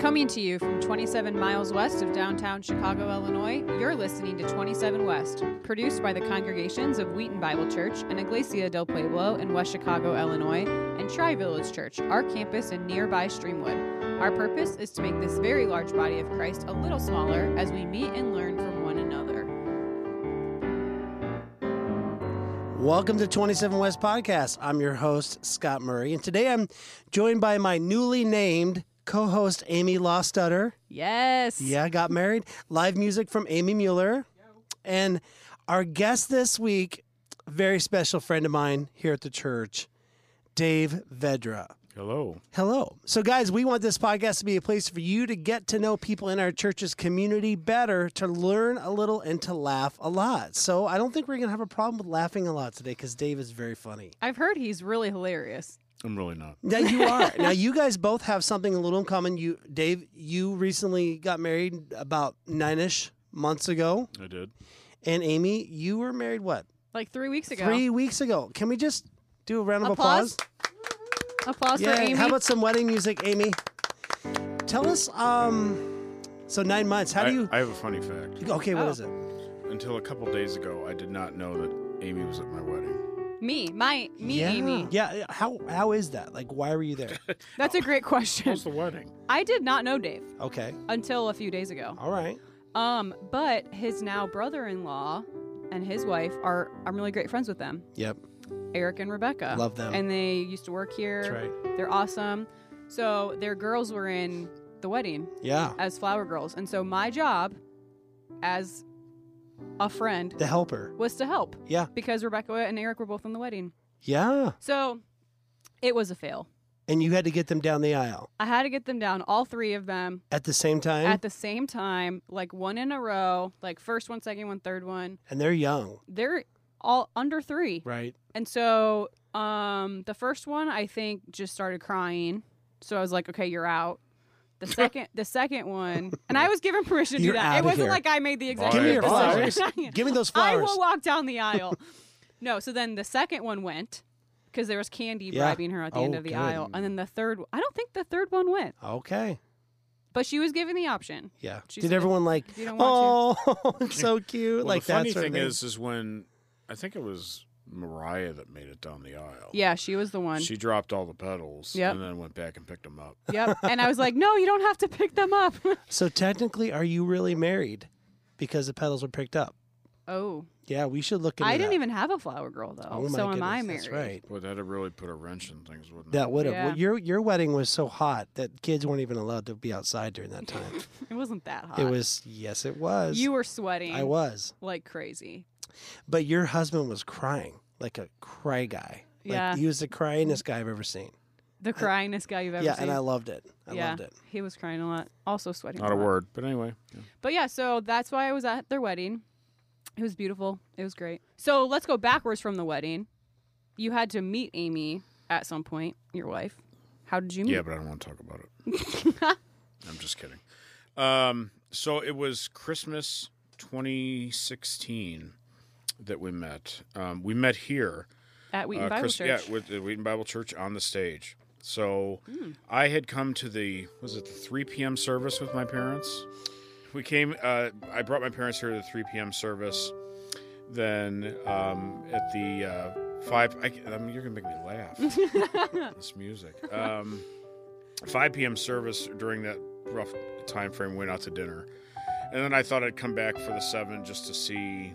Coming to you from 27 miles west of downtown Chicago, Illinois, you're listening to 27 West, produced by the congregations of Wheaton Bible Church and Iglesia del Pueblo in West Chicago, Illinois, and Tri Village Church, our campus in nearby Streamwood. Our purpose is to make this very large body of Christ a little smaller as we meet and learn from one another. Welcome to 27 West Podcast. I'm your host, Scott Murray, and today I'm joined by my newly named co host, Amy Lawstutter. Yes. Yeah, got married. Live music from Amy Mueller. And our guest this week, very special friend of mine here at the church, Dave Vedra. Hello. Hello. So, guys, we want this podcast to be a place for you to get to know people in our church's community better, to learn a little, and to laugh a lot. So, I don't think we're going to have a problem with laughing a lot today because Dave is very funny. I've heard he's really hilarious. I'm really not. Yeah, you are. now, you guys both have something a little in common. You, Dave, you recently got married about nine ish months ago. I did. And Amy, you were married what? Like three weeks ago. Three weeks ago. Can we just do a round of Applause. Applause for Yay. Oh, Amy. How about some wedding music, Amy? Tell us. Um, so nine months. How I, do you? I have a funny fact. okay, what Oh. is it? Until a couple days ago, I did not know that Amy was at my wedding. me, my, me, yeah. Amy. Yeah. How how is that? Like, why were you there? That's a great question. What's the wedding? I did not know Dave okay. until a few days ago. All right. Um, but his now brother-in-law and his wife are I'm really great friends with them, Yep. Eric and Rebecca. Love them. And they used to work here. That's right. They're awesome. So their girls were in the wedding Yeah. as flower girls, and so my job as a friend The helper. was to help Yeah. because Rebecca and Eric were both in the wedding. Yeah. So it was a fail. And you had to get them down the aisle I had to get them down, all three of them, at the same time, at the same time, like one in a row, like first one, second one, third one. and they're young, They're all under three. right? And so um the first one I think just started crying. So I was like, okay, you're out. The second the second one and I was given permission to You're do outta that. It wasn't here. like I made the Give me executive your Bye. flowers. decision. Give me I those flowers. will walk down the aisle. no, so then the second one went because there was candy Yeah. bribing her at the end Oh, of the good. aisle. And then the third I don't think the third one went. Okay. But she was given the option. Yeah. She Did said, everyone like? If you don't want Oh, so cute. Well, like the that funny sort of thing is, is when I think it was Mariah that made it down the aisle. to. Yeah, she was the one. She dropped all the pedals Yep. and then went back and picked them up. yep. And I was like, No, you don't have to pick them up. So technically, are you really married? Because the pedals were picked up. oh. Yeah, we should look into I didn't that. even have a flower girl though. Oh my so am goodness, I married? That's right. Boy, that'd really put a wrench in things, wouldn't it? That would have. Yeah. Well, your your wedding was so hot that kids weren't even allowed to be outside during that time. It wasn't that hot. it was. Yes, it was. You were sweating. I was. like crazy. But your husband was crying like a cry guy. Like, Yeah. He was the cryingest guy I've ever seen. The cryingest guy you've ever yeah, seen. and I loved it. I yeah, loved it. he was crying a lot. Also sweating. Not a lot. word, but anyway. yeah. But yeah, so that's why I was at their wedding. It was beautiful. It was great. So let's go backwards from the wedding. You had to meet Amy at some point, your wife. How did you meet? Yeah, but I don't want to talk about it. I'm just kidding. Um, so it was Christmas 2016 that we met. Um, we met here. At Wheaton uh, Bible Chris- Church. Yeah, with the Wheaton Bible Church on the stage. So Mm. I had come to the was it the 3 p.m. service with my parents. We came. Uh, I brought my parents here to the 3 p.m. service. Then um, at the uh, five, I, ca- I mean, you're gonna make me laugh. this music. Um, 5 p.m. service during that rough time frame went out to dinner, and then I thought I'd come back for the seven just to see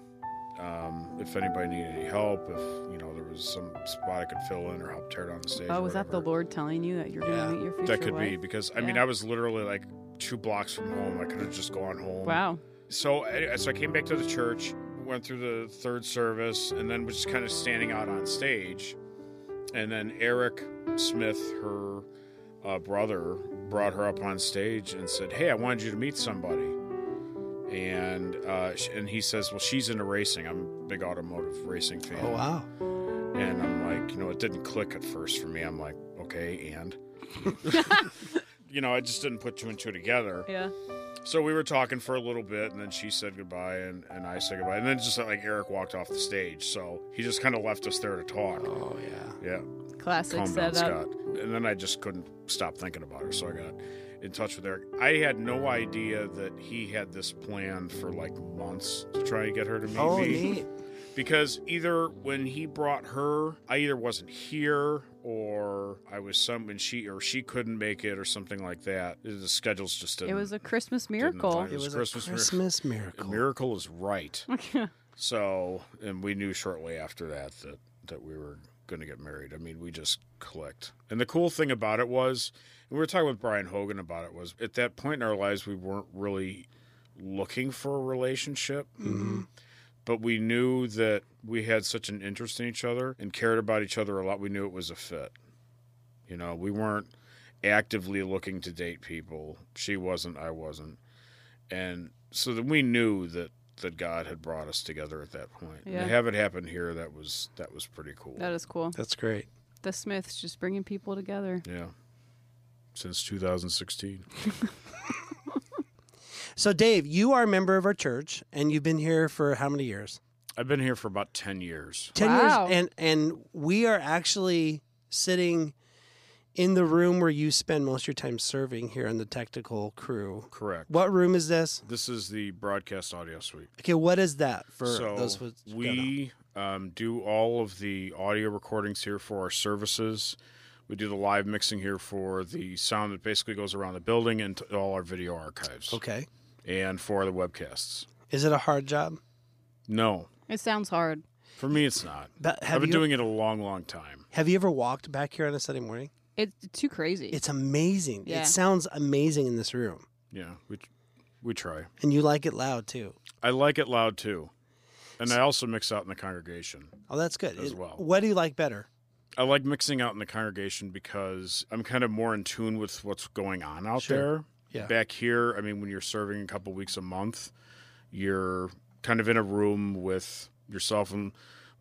um, if anybody needed any help, if you know there was some spot I could fill in or help tear down the stage. Oh, or was that the whatever. Lord telling you that you're Yeah, going to meet your future That could be wife? because I mean Yeah. I was literally like two blocks from home. I could have just gone home. Wow. So I, so I came back to the church, went through the third service, and then was just kind of standing out on stage, and then Eric Smith, her uh, brother, brought her up on stage and said, "Hey, I wanted you to meet somebody." And uh, sh- and he says, "Well, she's into racing. I'm a big automotive racing fan." Oh wow. And I'm like, you know, it didn't click at first for me. I'm like, okay, and. you know, I just didn't put two and two together. Yeah. So we were talking for a little bit, and then she said goodbye, and, and I said goodbye. And then just like Eric walked off the stage. So he just kind of left us there to talk. Oh yeah. Yeah, Classic calm down, setup. Scott. And then I just couldn't stop thinking about her. So I got in touch with Eric. I had no idea that he had this planned for like months to try and get her to meet Oh, me neat. because either when he brought her, I either wasn't here or I was some when she or she couldn't make it or something like that. The schedules just didn't. It was a Christmas didn't miracle. align. It was Christmas a mir- Christmas a miracle. miracle is right. So, and we knew shortly after that that that we were going to get married. I mean, we just clicked. And the cool thing about it was, and we were talking with Brian Hogan about it was at that point in our lives we weren't really looking for a relationship. But we knew that we had such an interest in each other and cared about each other a lot. We knew it was a fit. You know, we weren't actively looking to date people. She wasn't, I wasn't. And so then we knew that that God had brought us together at that point. And Yeah. to have it happen here, that was that was pretty cool. That is cool. That's great. The Smiths just bringing people together. yeah. Since 2016. So, Dave, you are a member of our church, and you've been here for how many years? I've been here for about 10 years. 10 Wow. years and and we are actually sitting in the room where you spend most of your time serving here on the technical crew Correct. what room is this This is the broadcast audio suite. okay what is that for so those who don't know? we um, do all of the audio recordings here for our services. We do the live mixing here for the sound that basically goes around the building and to all our video archives okay and for the webcasts. is it a hard job No, It sounds hard. for me it's not. but I've have been you doing it a long, long time. have you ever walked back here on a sunday morning It's too crazy. it's amazing Yeah. it sounds amazing in this room Yeah, we we try. and you like it loud too I like it loud too, and I also mix out in the congregation. oh that's good As It- well. what do you like better I like mixing out in the congregation because I'm kind of more in tune with what's going on out Sure. there. Yeah. Back here, I mean, when you're serving a couple weeks a month, you're kind of in a room with yourself and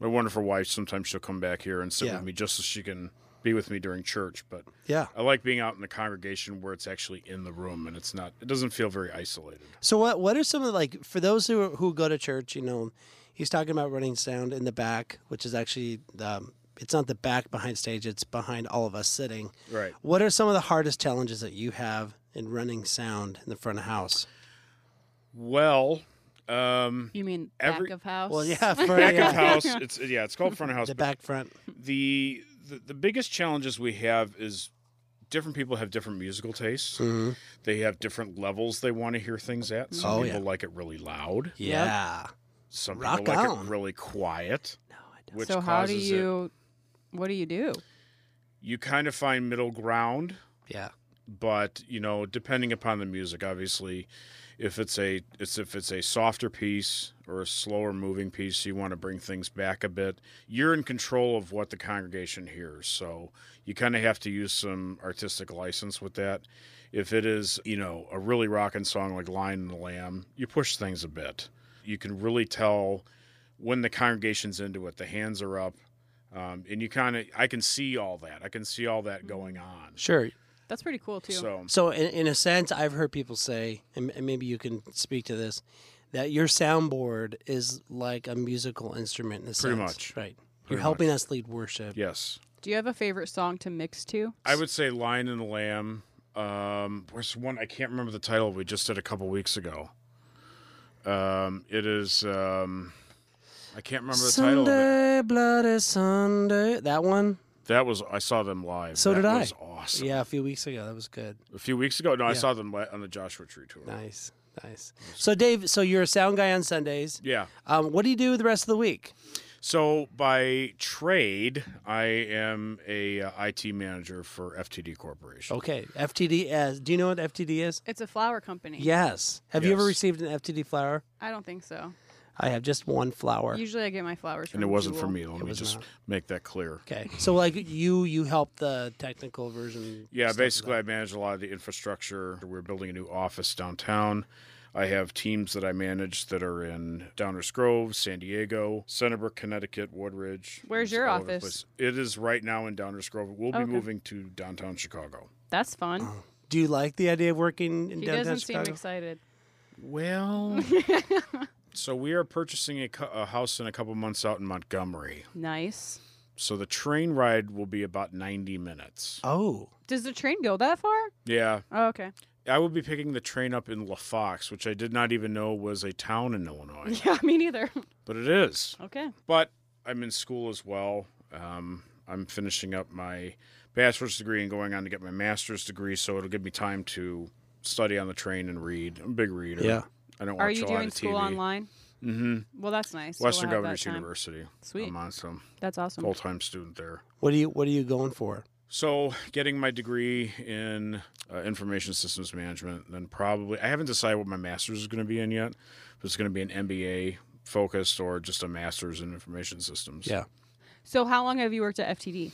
my wonderful wife. Sometimes she'll come back here and sit Yeah. with me just so she can be with me during church. But yeah I like being out in the congregation where it's actually in the room and it's not. It doesn't feel very isolated. So what what are some of the, like for those who who go to church? You know, he's talking about running sound in the back, which is actually um, it's not the back behind stage; it's behind all of us sitting. Right. What are some of the hardest challenges that you have in running sound in the front of house? Well, um, you mean every- back of house? Well, yeah, for, back yeah, of house. It's yeah. It's called front of house. the but back front. the, the the biggest challenges we have is different people have different musical tastes. Mhm. They have different levels they want to hear things at. Some Oh, people yeah. like it really loud. Yeah. Some Rock people like on. it really quiet. No, I don't. Which so how do causes it- you? What do you do? you kind of find middle ground, Yeah. but you know, depending upon the music, obviously, if it's a it's if it's a softer piece or a slower moving piece, you want to bring things back a bit. You're in control of what the congregation hears, so you kind of have to use some artistic license with that. If it is, you know, a really rocking song like "Lion and the Lamb," you push things a bit. You can really tell when the congregation's into it. The hands are up, um, and you kind of I can see all that. I can see all that going on. Sure. That's pretty cool too. So So in, in a sense, I've heard people say, and, and maybe you can speak to this, that your soundboard is like a musical instrument in a Pretty sense. much. Right. You're Pretty helping us lead worship. yes, do you have a favorite song to mix to? I would say "Lion and the Lamb." Um, where's one? I can't remember the title. We just did a couple weeks ago. Um, it is. Um, I can't remember the title. Of it. Sunday, Bloody Sunday. That one? That was I saw them live. So That did I. was Awesome. Yeah, a few weeks ago. That was good. A few weeks ago. No, I Yeah. saw them li- on the Joshua Tree tour. Nice. Nice. So, Dave, so you're a sound guy on Sundays. Yeah. Um, what do you do the rest of the week? So by trade, I am a uh, IT manager for FTD Corporation. Okay. FTD is. Do you know what FTD is? It's a flower company. Yes. Have you ever Yes. received an FTD flower? I don't think so. I have just one flower. Usually I get my flowers from And it wasn't Jewel. for me. Let me was just not. make that clear. Okay. So like you you help the technical version. Yeah, stuff with basically, that. I manage a lot of the infrastructure. We're building a new office downtown. I have teams that I manage that are in Downers Grove, San Diego, Centerbrook, Connecticut, Woodridge. Where's It's your all over the office? place. It is right now in Downers Grove. We'll be Okay. moving to downtown Chicago. That's fun. Oh. Do you like the idea of working in he downtown doesn't Chicago? seem excited. Well, so we are purchasing a, cou- a house in a couple months out in Montgomery. Nice. So the train ride will be about 90 minutes. Oh, Does the train go that far? Yeah. Oh, okay. I will be picking the train up in LaFox, which I did not even know was a town in Illinois, Yeah, me neither. but it is. Okay. But I'm in school as well. Um, I'm finishing up my bachelor's degree and going on to get my master's degree, so it'll give me time to study on the train and read. I'm a big reader. Yeah. I don't watch Are you a lot doing of school TV. online? Mm-hmm. Well, that's nice. So Western we'll have Governors that time. University. Sweet. I'm on some That's awesome. full time student there. what are you what are you going for? So, getting my degree in uh, information systems management, then probably I haven't decided what my master's is going to be in yet. If it's going to be an MBA focused or just a master's in information systems. Yeah. So, how long have you worked at FTD?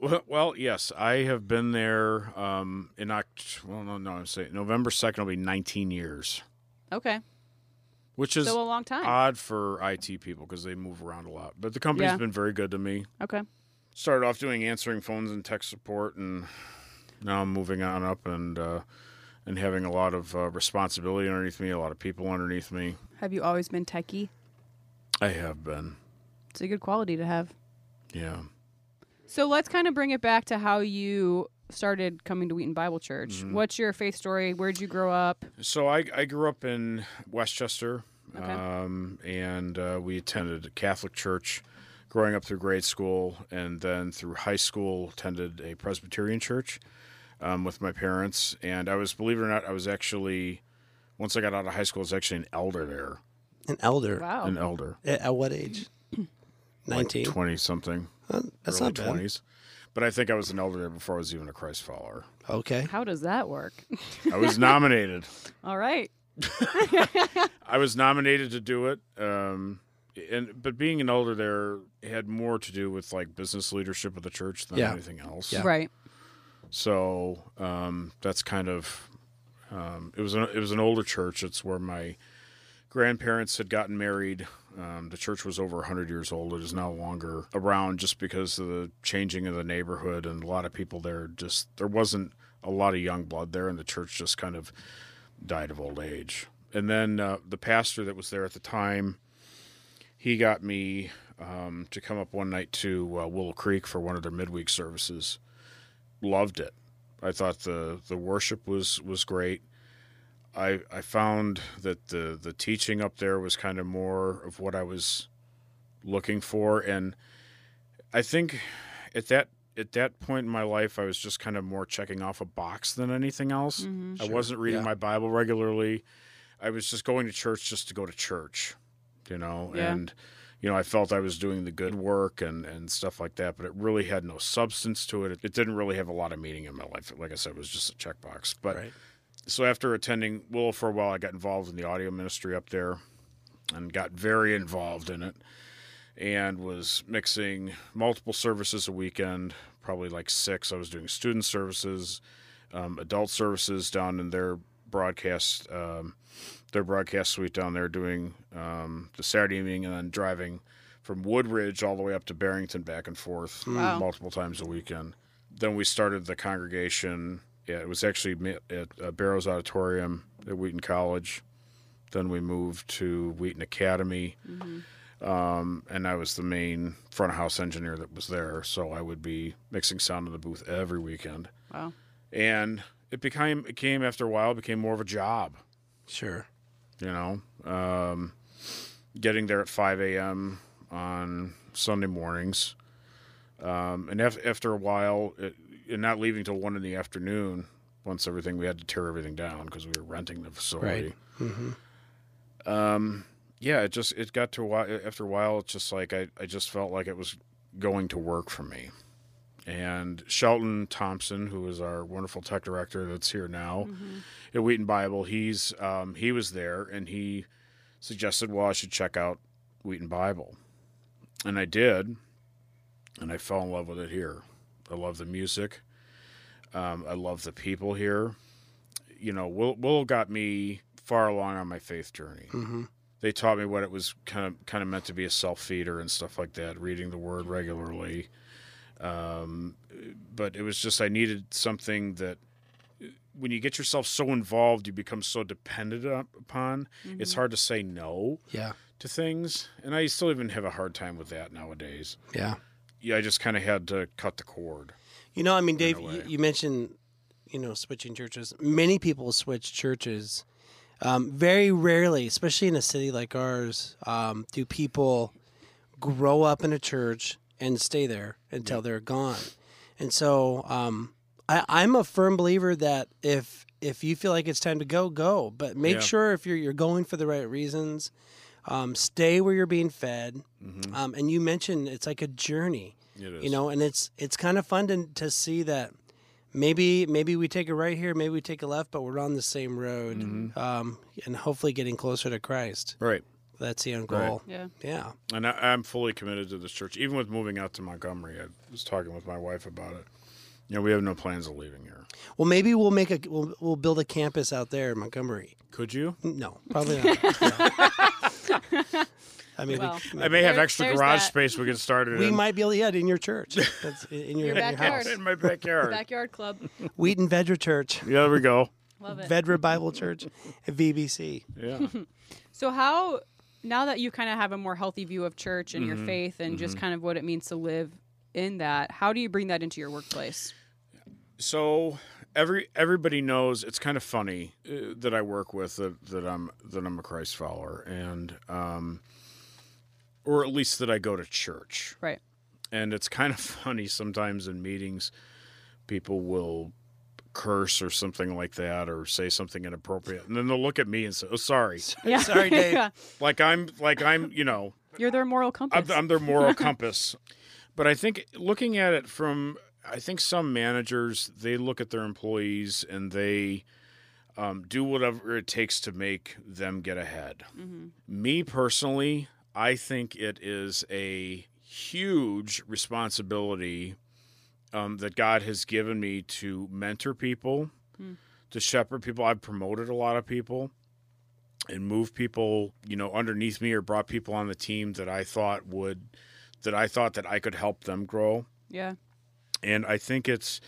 Well, well, yes, I have been there um, in Oct. Well, no, no, I'm saying November second will be 19 years, Okay. which is So, a long time. odd for IT people because they move around a lot. But the company's Yeah. been very good to me. okay. started off doing answering phones and tech support, and now I'm moving on up and uh, and having a lot of uh, responsibility underneath me, a lot of people underneath me. Have you always been techie? I have been, It's a good quality to have. yeah. So let's kind of bring it back to how you started coming to Wheaton Bible Church. Mm-hmm. What's your faith story? Where'd you grow up? So I I grew up in Westchester, Okay. um, and uh, we attended a Catholic church. Growing up through grade school and then through high school, attended a Presbyterian church um, with my parents. And I was, believe it or not, I was actually, once I got out of high school, I was actually an elder there. An elder. Wow. An elder. At, at what age? Nineteen. 20 something, Huh, that's early not bad. 20s. But I think I was an elder there before I was even a Christ follower. Okay. How does that work? I was nominated. All right. I was nominated to do it. Um, and but being an elder there had more to do with like business leadership of the church than Yeah. anything else. Yeah. Right. So um, that's kind of um, it was an it was an older church. It's where my grandparents had gotten married. Um, the church was over 100 years old. It is no longer around just because of the changing of the neighborhood and a lot of people there. Just there wasn't a lot of young blood there, and the church just kind of died of old age. And then uh, the pastor that was there at the time, he got me um, to come up one night to uh, Willow Creek for one of their midweek services loved it. I thought the the worship was was great. I I found that the the teaching up there was kind of more of what I was looking for, and I think at that at that point in my life, I was just kind of more checking off a box than anything else. Mm-hmm. I wasn't reading Mm-hmm. yeah. my Bible regularly. I was just going to church just to go to church, you know, Yeah. and you know, I felt I was doing the good work and, and stuff like that, but it really had no substance to it. It didn't really have a lot of meaning in my life. Like I said, it was just a checkbox. But Right. so after attending Willow for a while, I got involved in the audio ministry up there and got very involved in it and was mixing multiple services a weekend, probably like six. I was doing student services, um, adult services down in their broadcast, um, their broadcast suite down there, doing um, the Saturday evening and then driving from Woodridge all the way up to Barrington back and forth Wow. multiple times a weekend. Then we started the congregation. Yeah, it was actually ma- at uh, Barrows Auditorium at Wheaton College. Then we moved to Wheaton Academy um, and I was the main front of house engineer that was there, so I would be mixing sound in the booth every weekend. Wow. And it became it came after a while it became more of a job, Sure. you know. Um, getting there at 5 a.m. on Sunday mornings, um, and af- after a while, it, and not leaving till one in the afternoon. Once everything we had to tear everything down because we were renting the facility. Right. hmm um yeah it just it got to a while after a while it's just like I, I just felt like it was going to work for me and shelton thompson who is our wonderful tech director that's here now at wheaton bible he's um he was there and he suggested well i should check out wheaton bible and i did and i fell in love with it here i love the music um, i love the people here you know will will got me far along on my faith journey hmm they taught me what it was kind of kind of meant to be a self feeder and stuff like that, reading the word regularly. Um, but it was just I needed something that when you get yourself so involved, you become so dependent up- upon. It's Mm-hmm. hard to say no Yeah. to things, and I still even have a hard time with that nowadays. Yeah. yeah, I just kind of had to cut the cord. You know, I mean, Dave, you, way. you mentioned, you know, switching churches. Many people switch churches. Um, very rarely, especially in a city like ours, um, do people grow up in a church and stay there until they're gone. And so, um, I, I'm a firm believer that if if you feel like it's time to go, go. But make Yeah. sure if you're you're going for the right reasons, um, stay where you're being fed. Mhm. Um, and you mentioned it's like a journey It is. you know and it's it's kind of fun to, to see that maybe maybe we take a right here maybe we take a left but we're on the same road um, and hopefully getting closer to christ right? that's the end Right. goal Yeah. yeah And I, I'm fully committed to this church, even with moving out to Montgomery. I was talking with my wife about it. You know, we have no plans of leaving here. well maybe we'll make a we'll, we'll build a campus out there in montgomery Could you? no probably not No. i mean um, we- Well. we, I may have There- extra there's garage that. space we could start it we in. might be able to yeah, in your church that's in Your in your, in your backyard. house in my backyard. Backyard club. wheaton vedra church Yeah, there we go. Love it. vedra bible church at vbc Yeah. So how now that you kind of have a more healthy view of church and Mm-hmm. your faith and just kind of what it means to live in that, how do you bring that into your workplace? So every everybody knows it's kind of funny uh, that I work with that, that I'm that I'm a Christ follower and um, or at least that I go to church. Right. And it's kind of funny sometimes in meetings, people will curse or something like that or say something inappropriate, and then they'll look at me and say, "Oh, sorry," Yeah. Sorry, Dave. Yeah. like I'm like I'm you know You're their moral I'm, compass. I'm their moral compass. But I think looking at it from, I think some managers they look at their employees and they um, do whatever it takes to make them get ahead. Mm-hmm. Me personally, I think it is a huge responsibility um, that God has given me to mentor people, Hmm. to shepherd people. I've promoted a lot of people and moved people, you know, underneath me or brought people on the team that I thought would that I thought that I could help them grow. yeah. And I think it's,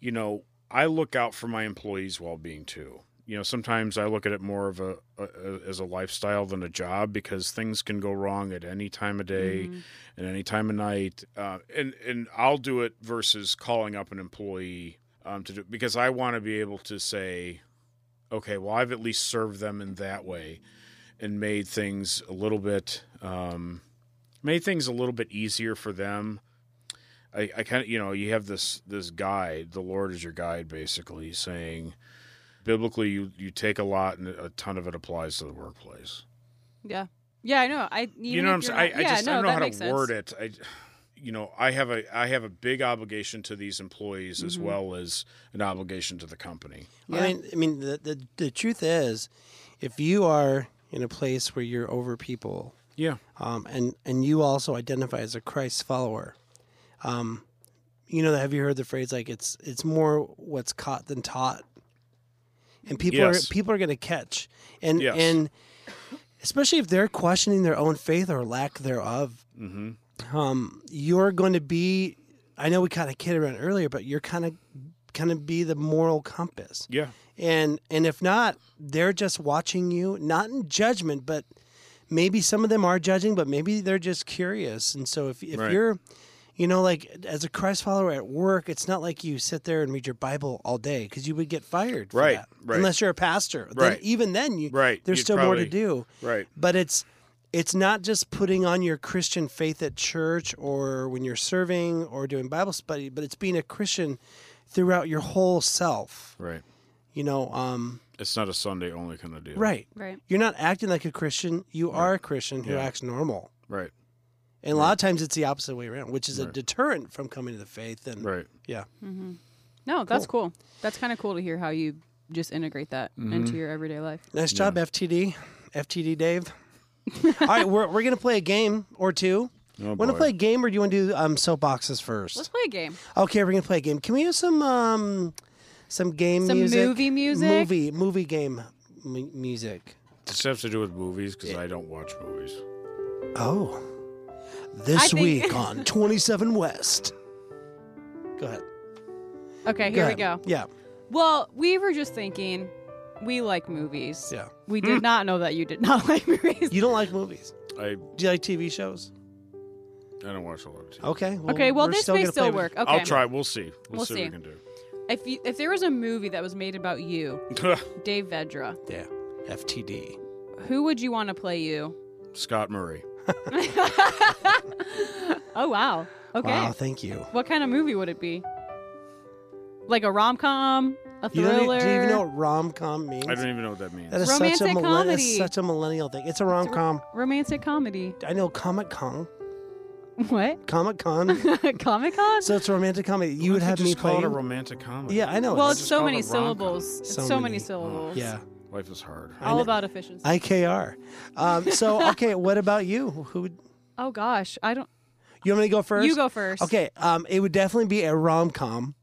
you know, I look out for my employees' well-being too. You know, sometimes I look at it more of a, a, a as a lifestyle than a job because things can go wrong at any time of day Mhm. at any time of night. Uh, and and I'll do it versus calling up an employee um, to do because I want to be able to say, okay, well I've at least served them in that way, and made things a little bit um, made things a little bit easier for them. I, I kind of you know you have this this guide, the Lord is your guide, basically saying. Biblically, you, you take a lot and a ton of it applies to the workplace. Yeah. Yeah, I know. I even you know what I'm if saying? you're I, not- I yeah, just no, I don't know that how makes to sense. word it. I, you know, I have a I have a big obligation to these employees as Mhm. well as an obligation to the company. Yeah. I mean, I mean, the, the the truth is, if you are in a place where you're over people, Yeah, um, and and you also identify as a Christ follower, um, you know, have you heard the phrase like it's it's more what's caught than taught, and people Yes. are people are going to catch, and Yes. and especially if they're questioning their own faith or lack thereof, mm-hmm. um, you're going to be. I know we kind of kid around earlier, but you're kind of kind of be the moral compass yeah, and and if not they're just watching you not in judgment but maybe some of them are judging but maybe they're just curious and so if, if Right. you're you know like as a christ follower at work it's not like you sit there and read your bible all day because you would get fired for Right, that, right. unless you're a pastor Then- Right. even then you Right, there's you'd still more to probably- do right. but it's it's not just putting on your Christian faith at church or when you're serving or doing Bible study, but it's being a Christian throughout your whole self. Right. You know, um, It's not a Sunday only kind of deal. Right. Right. You're not acting like a Christian. You are a Christian who Yeah. acts normal. Right. And a lot of times it's the opposite way around, which is a Right. deterrent from coming to the faith. And Right. yeah, No, that's cool. That's kind of cool to hear how you just integrate that Mm-hmm. into your everyday life. nice job, FTD, FTD Dave. All right, we're we're gonna play a game or two. Oh, want to boy. play a game or do you want to do um, soapboxes 1st Let's play a game. Okay, we're gonna play a game. Can we have some um, some game Some music? movie music? Movie movie game mu- music. This has to do with movies because I don't watch movies. Oh, this think- week on Twenty Seven West. Go ahead. Okay, here we ahead. go. Yeah, Well, we were just thinking we like movies. yeah. Hmm. We did not know that you did not like movies. You don't like movies. I Do you like TV shows? I don't watch a lot of TV. Okay. Okay, well, we're this may gonna still play with- work. Okay. I'll try. We'll see. We'll, We'll see, what see. we can do. If you, if there was a movie that was made about you, Dave Vedra, Yeah. FTD. who would you want to play you? Scott Murray. Oh wow. Okay. Wow, thank you. What kind of movie would it be? Like a rom com, a You thriller. don't e- do you even know what rom com means? I don't even know what that means. That is such a Romantic millenn- that's comedy. such a millennial thing. It's a rom com. Romantic comedy. I know Comic Con. What? Comic Con. Comic Con? so it's a romantic comedy. You Why would don't have just me call play. it a romantic comedy. yeah, I know. well, it's- it's just so called many a rom-com. syllables. It's So so, many, many. oh, syllables. yeah. Life is hard. All about efficiency. IKR. Um, so okay, what about you? Who would oh gosh, I don't. you want me to go first? You go first. Okay, um, it would definitely be a rom com,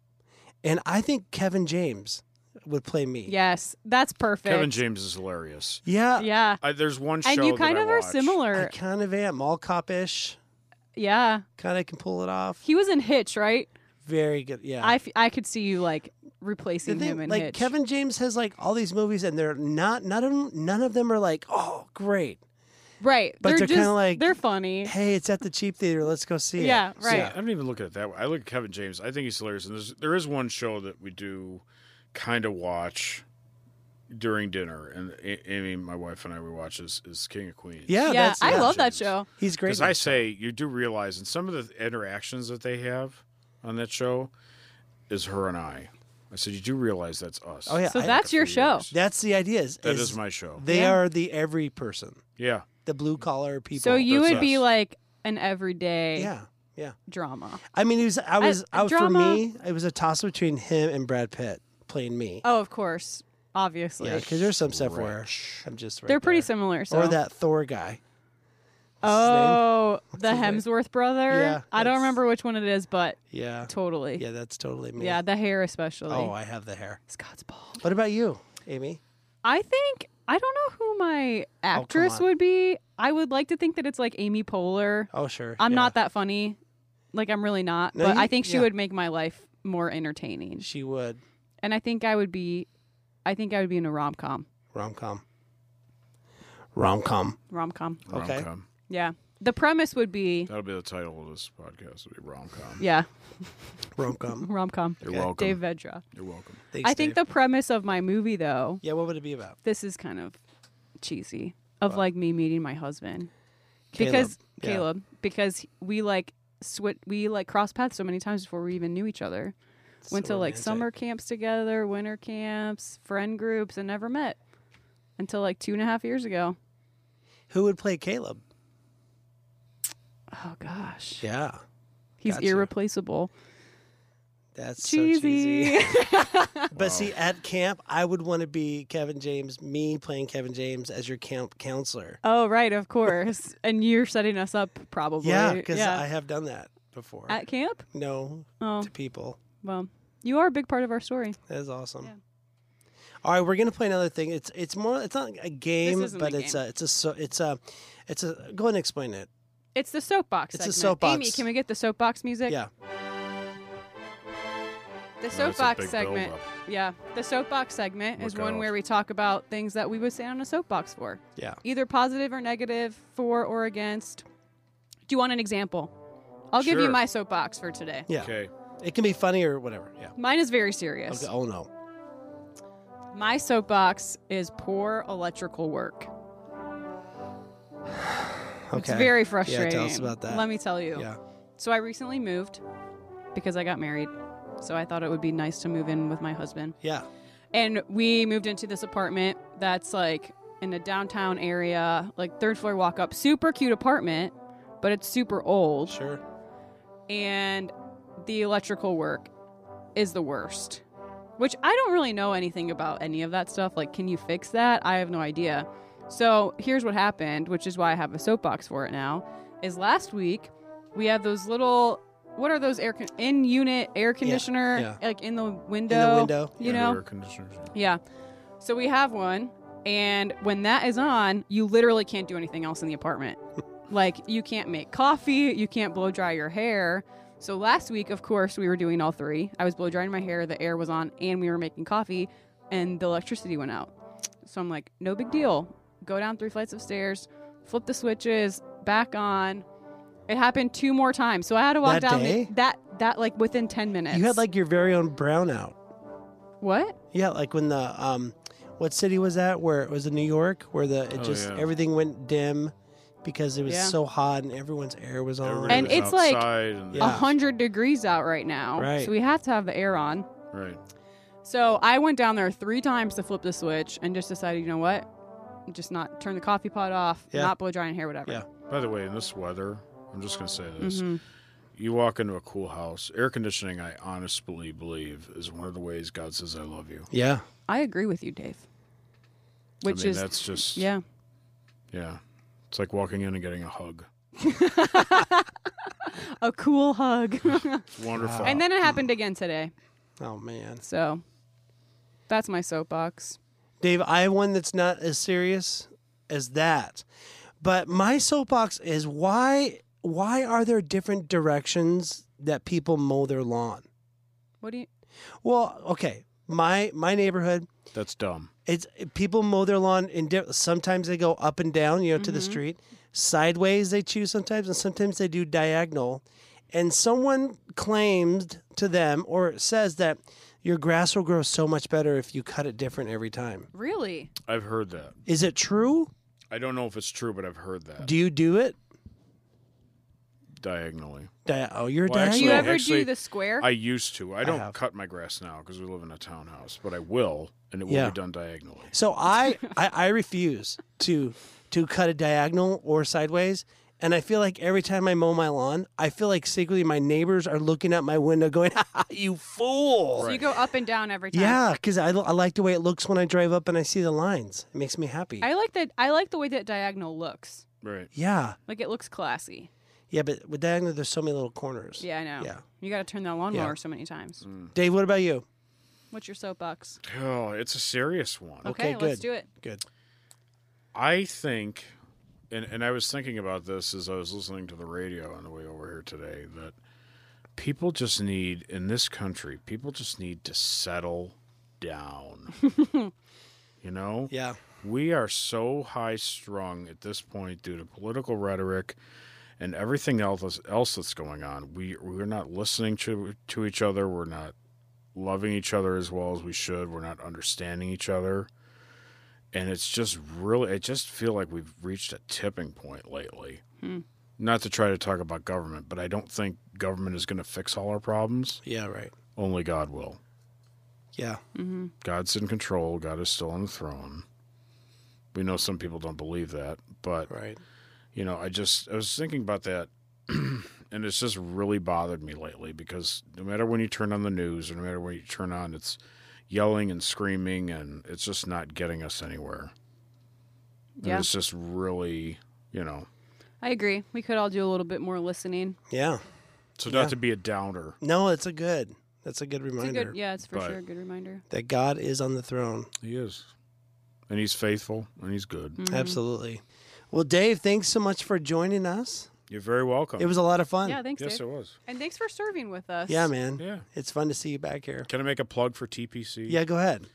and I think Kevin James would play me. Yes, that's perfect. Kevin James is hilarious. Yeah, Yeah, I, there's one show and you that kind I of are watch. I similar. kind of am all cop ish. Yeah, Kind of can pull it off. he was in Hitch, right? Very good. Yeah. I I, f- I could see you like the replacing him thing, in like Hitch. Kevin James has like all these movies, and they're not none of them, none of them are like, oh great, right? but they're they're kinda just like- they're funny. hey, it's at the cheap theater, let's go see Yeah, it. right. I don't even look at it that way. I look at Kevin James. I think he's hilarious. And there's, there is one show that we do kind of watch during dinner. And A- Amy, my wife, and I, we watch is, is King of Queens. Yeah, yeah, that's, I yeah. love that James. show. He's great. Because I say, you do realize, and some of the interactions that they have on that show is her and I. I said, you do realize that's us. Oh, yeah. So I- that's your For show. years. That's the idea. Is, That is is my show. They Yeah. are the every person, Yeah. the blue collar people. So you That's would be us. like an everyday yeah, yeah. drama. I mean, he was. I was. I- I, was for drama- me, it was a toss between him and Brad Pitt playing me. Oh, of course, obviously, yeah, because there's some stuff where I'm just. Right they're pretty there. similar. So Or that Thor guy. oh, the his name? Hemsworth brother. Yeah, I don't that's- remember which one it is, but Yeah. totally. Yeah, that's totally me. Yeah, the hair especially. Oh, I have the hair. Scott's bald. What about you, Amy? I think I don't know who my actress Oh, on. would be. I would like to think that it's like Amy Poehler. Oh, sure. I'm yeah. not that funny. Like I'm really not, No, but you- I think she yeah. would make my life more entertaining. She would And I think I would be I think I would be in a rom-com. rom com. Rom com. Rom-com. Okay. Rom-com. Yeah. The premise would be That'll be the title of this podcast. It'll be rom-com. yeah, Rom com. rom-com. You're Okay. welcome. Dave Vedra. You're welcome. Thanks, I think Dave. the premise of my movie though, Yeah, what would it be about? this is kind of cheesy of like me meeting my husband. because Caleb. Yeah. Caleb, because we like swi we like cross paths so many times before we even knew each other. Went so to like romantic. summer camps together, winter camps, friend groups, and never met until like two and a half years ago. Who would play Caleb? Oh gosh, Yeah. he's gotcha. irreplaceable. That's so cheesy. cheesy. But see, at camp, I would want to be Kevin James, me playing Kevin James as your camp counselor. oh right, of course. and you're setting us up probably. Yeah, because Oh, Yeah. I have done that before. at camp. no, Oh to people. well, you are a big part of our story. That is awesome. Yeah. All right, we're gonna play another thing. It's it's more. It's not a game, isn't a but it's game. a it's a so it's a it's a. Go ahead and explain it. It's the soapbox. It's a segment. Amy, soapbox. can we get the soapbox music? Yeah. The Oh, that's a soapbox big segment. buildup. Yeah. The soapbox segment is Look one out. where we talk about things that we would say on a soapbox for, Yeah. either positive or negative, for or against. Do you want an example? I'll give you Sure. my soapbox for today. Yeah. Okay. It can be funny or whatever. Yeah. Mine is very serious. Okay. Oh no. My soapbox is poor electrical work. Okay. It's very frustrating. Yeah. Tell us about that. Let me tell you. Yeah. So I recently moved because I got married. So I thought it would be nice to move in with my husband. Yeah. And we moved into this apartment that's like in a downtown area, like third floor walk up. Super cute apartment, but it's super old. Sure. And the electrical work is the worst, which I don't really know anything about any of that stuff. Like, can you fix that? I have no idea. So here's what happened, which is why I have a soapbox for it now. Is last week we had those little, what are those air con- in unit air conditioner yeah. like in the window? In the window. You And know, air conditioners. yeah. So we have one, and when that is on, you literally can't do anything else in the apartment. like you can't make coffee, you can't blow dry your hair. So last week, of course, we were doing all three. I was blow drying my hair, the air was on, and we were making coffee, and the electricity went out. So I'm like, no big deal. Go down three flights of stairs, flip the switches, back on, It happened two more times. So I had to walk That down the- day? that that like within ten minutes. You had like your very own brownout. what? Yeah, like when the um, what city was that? Where it was in New York, where the it Oh, just yeah. everything went dim because it was Yeah. so hot and everyone's air was on. Everybody And was it's like- outside and- A Oh. Yeah. hundred degrees out right now. Right. So we have to have the air on. right. So I went down there three times to flip the switch and just decided, you know what? Just not turn the coffee pot off, Yeah. not blow dry and hair, whatever. Yeah. By the way, in this weather, I'm just gonna say this: Mhm. you walk into a cool house, air conditioning. I honestly believe is one of the ways God says "I love you." yeah, I agree with you, Dave. Which I mean, is that's just yeah. yeah. It's like walking in and getting a hug. A cool hug. Wonderful. and then it happened again today. oh man, So that's my soapbox. Dave, I have one that's not as serious as that, but my soapbox is why why are there different directions that people mow their lawn? What do you Well, okay, my my neighborhood, that's dumb. it's people mow their lawn in di- sometimes they go up and down you know to the street sideways they choose sometimes and sometimes they do diagonal and someone claimed to them or says that your grass will grow so much better if you cut it different every time really? I've heard that. is it true I don't know if it's true, but I've heard that do you do it diagonally. Di- oh you're a Well, Do diagonal you ever actually, do the square? I used to. I don't have. cut my grass now because we live in a townhouse, but I will, and it will Yeah. be done diagonally. so I, I i refuse to to cut a diagonal or sideways and I feel like every time I mow my lawn, I feel like secretly my neighbors are looking out my window going, you fool. so you go up and down every time. Yeah, because I, I like the way it looks when I drive up and I see the lines. It makes me happy. I like that I like the way that diagonal looks. Right. yeah, Like it looks classy. yeah, but with diagonal, there's so many little corners. Yeah, I know. Yeah. Mm. You gotta turn that lawnmower so many times. Dave, what about you? What's your soapbox? Oh, it's a serious one. Okay, Okay, let's good. do it. Good. I think, and, and I was thinking about this as I was listening to the radio on the way over here today, that people just need, in this country, people just need to settle down. you know? Yeah, We are so high strung at this point due to political rhetoric and everything else else that's going on. We we're not listening to to each other. We're not loving each other as well as we should. We're not understanding each other. And it's just really I just feel like we've reached a tipping point lately. Not to try to talk about government, but I don't think government is going to fix all our problems. yeah, right. Only God will. Yeah, God's in control. God is still on the throne. We know some people don't believe that, but right. you know, I just I was thinking about that, and it's just really bothered me lately because no matter when you turn on the news or no matter when you turn on, it's yelling and screaming, and it's just not getting us anywhere. And Yeah. it's just really, you know. I agree. We could all do a little bit more listening. Yeah. So not to be a downer, No, it's a good. That's a good It's a reminder good yeah, it's for But- sure a good reminder. that God is on the throne. he is, and he's faithful and he's good. Mm. Mm-hmm. Absolutely. Well, Dave, thanks so much for joining us. You're very welcome. It was a lot of fun. Yeah, thanks, yes, Dave. it was. And thanks for serving with us. Yeah, man. Yeah. It's fun to see you back here. Can I make a plug for TPC? Yeah, go ahead.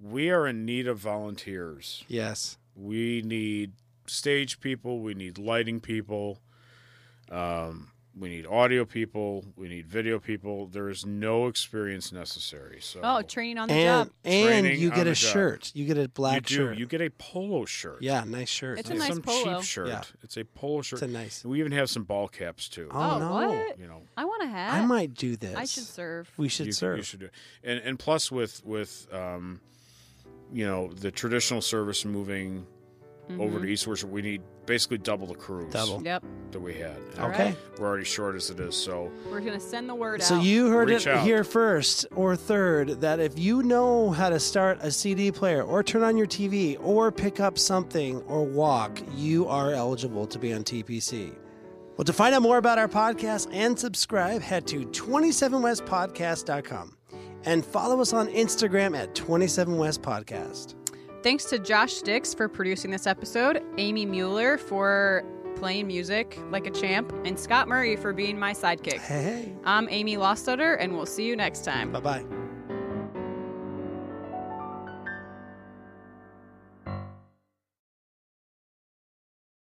We are in need of volunteers. Yes. We need stage people. We need lighting people. Um, we need audio people. We need video people. There is no experience necessary. So Oh, training on the And job. and Training you get on a the job. shirt. You get a you black do. shirt. You get a polo shirt. Yeah, nice shirt. It's a it's nice some polo. cheap shirt. Yeah. It's a polo shirt. It's a nice. And we even have some ball caps too. Oh, Oh, no. what? You know, I want a hat. I might do this. I should serve. We should you, you serve. should do. it. And and plus with with um, you know, the traditional service moving over Mm-hmm. to East Worship, we need basically double the crews Double. Yep. that we had. All okay. right. We're already short as it is, so We're gonna send the word So out. you heard Reach it out. here first or third that if you know how to start a CD player or turn on your TV or pick up something or walk, you are eligible to be on TPC. Well, to find out more about our podcast and subscribe, head to 27westpodcast.com and follow us on Instagram at 27westpodcast. Thanks to Josh Dix for producing this episode, Amy Mueller for playing music like a champ, and Scott Murray for being my sidekick. Hey, I'm Amy Lostutter, and we'll see you next time. bye bye.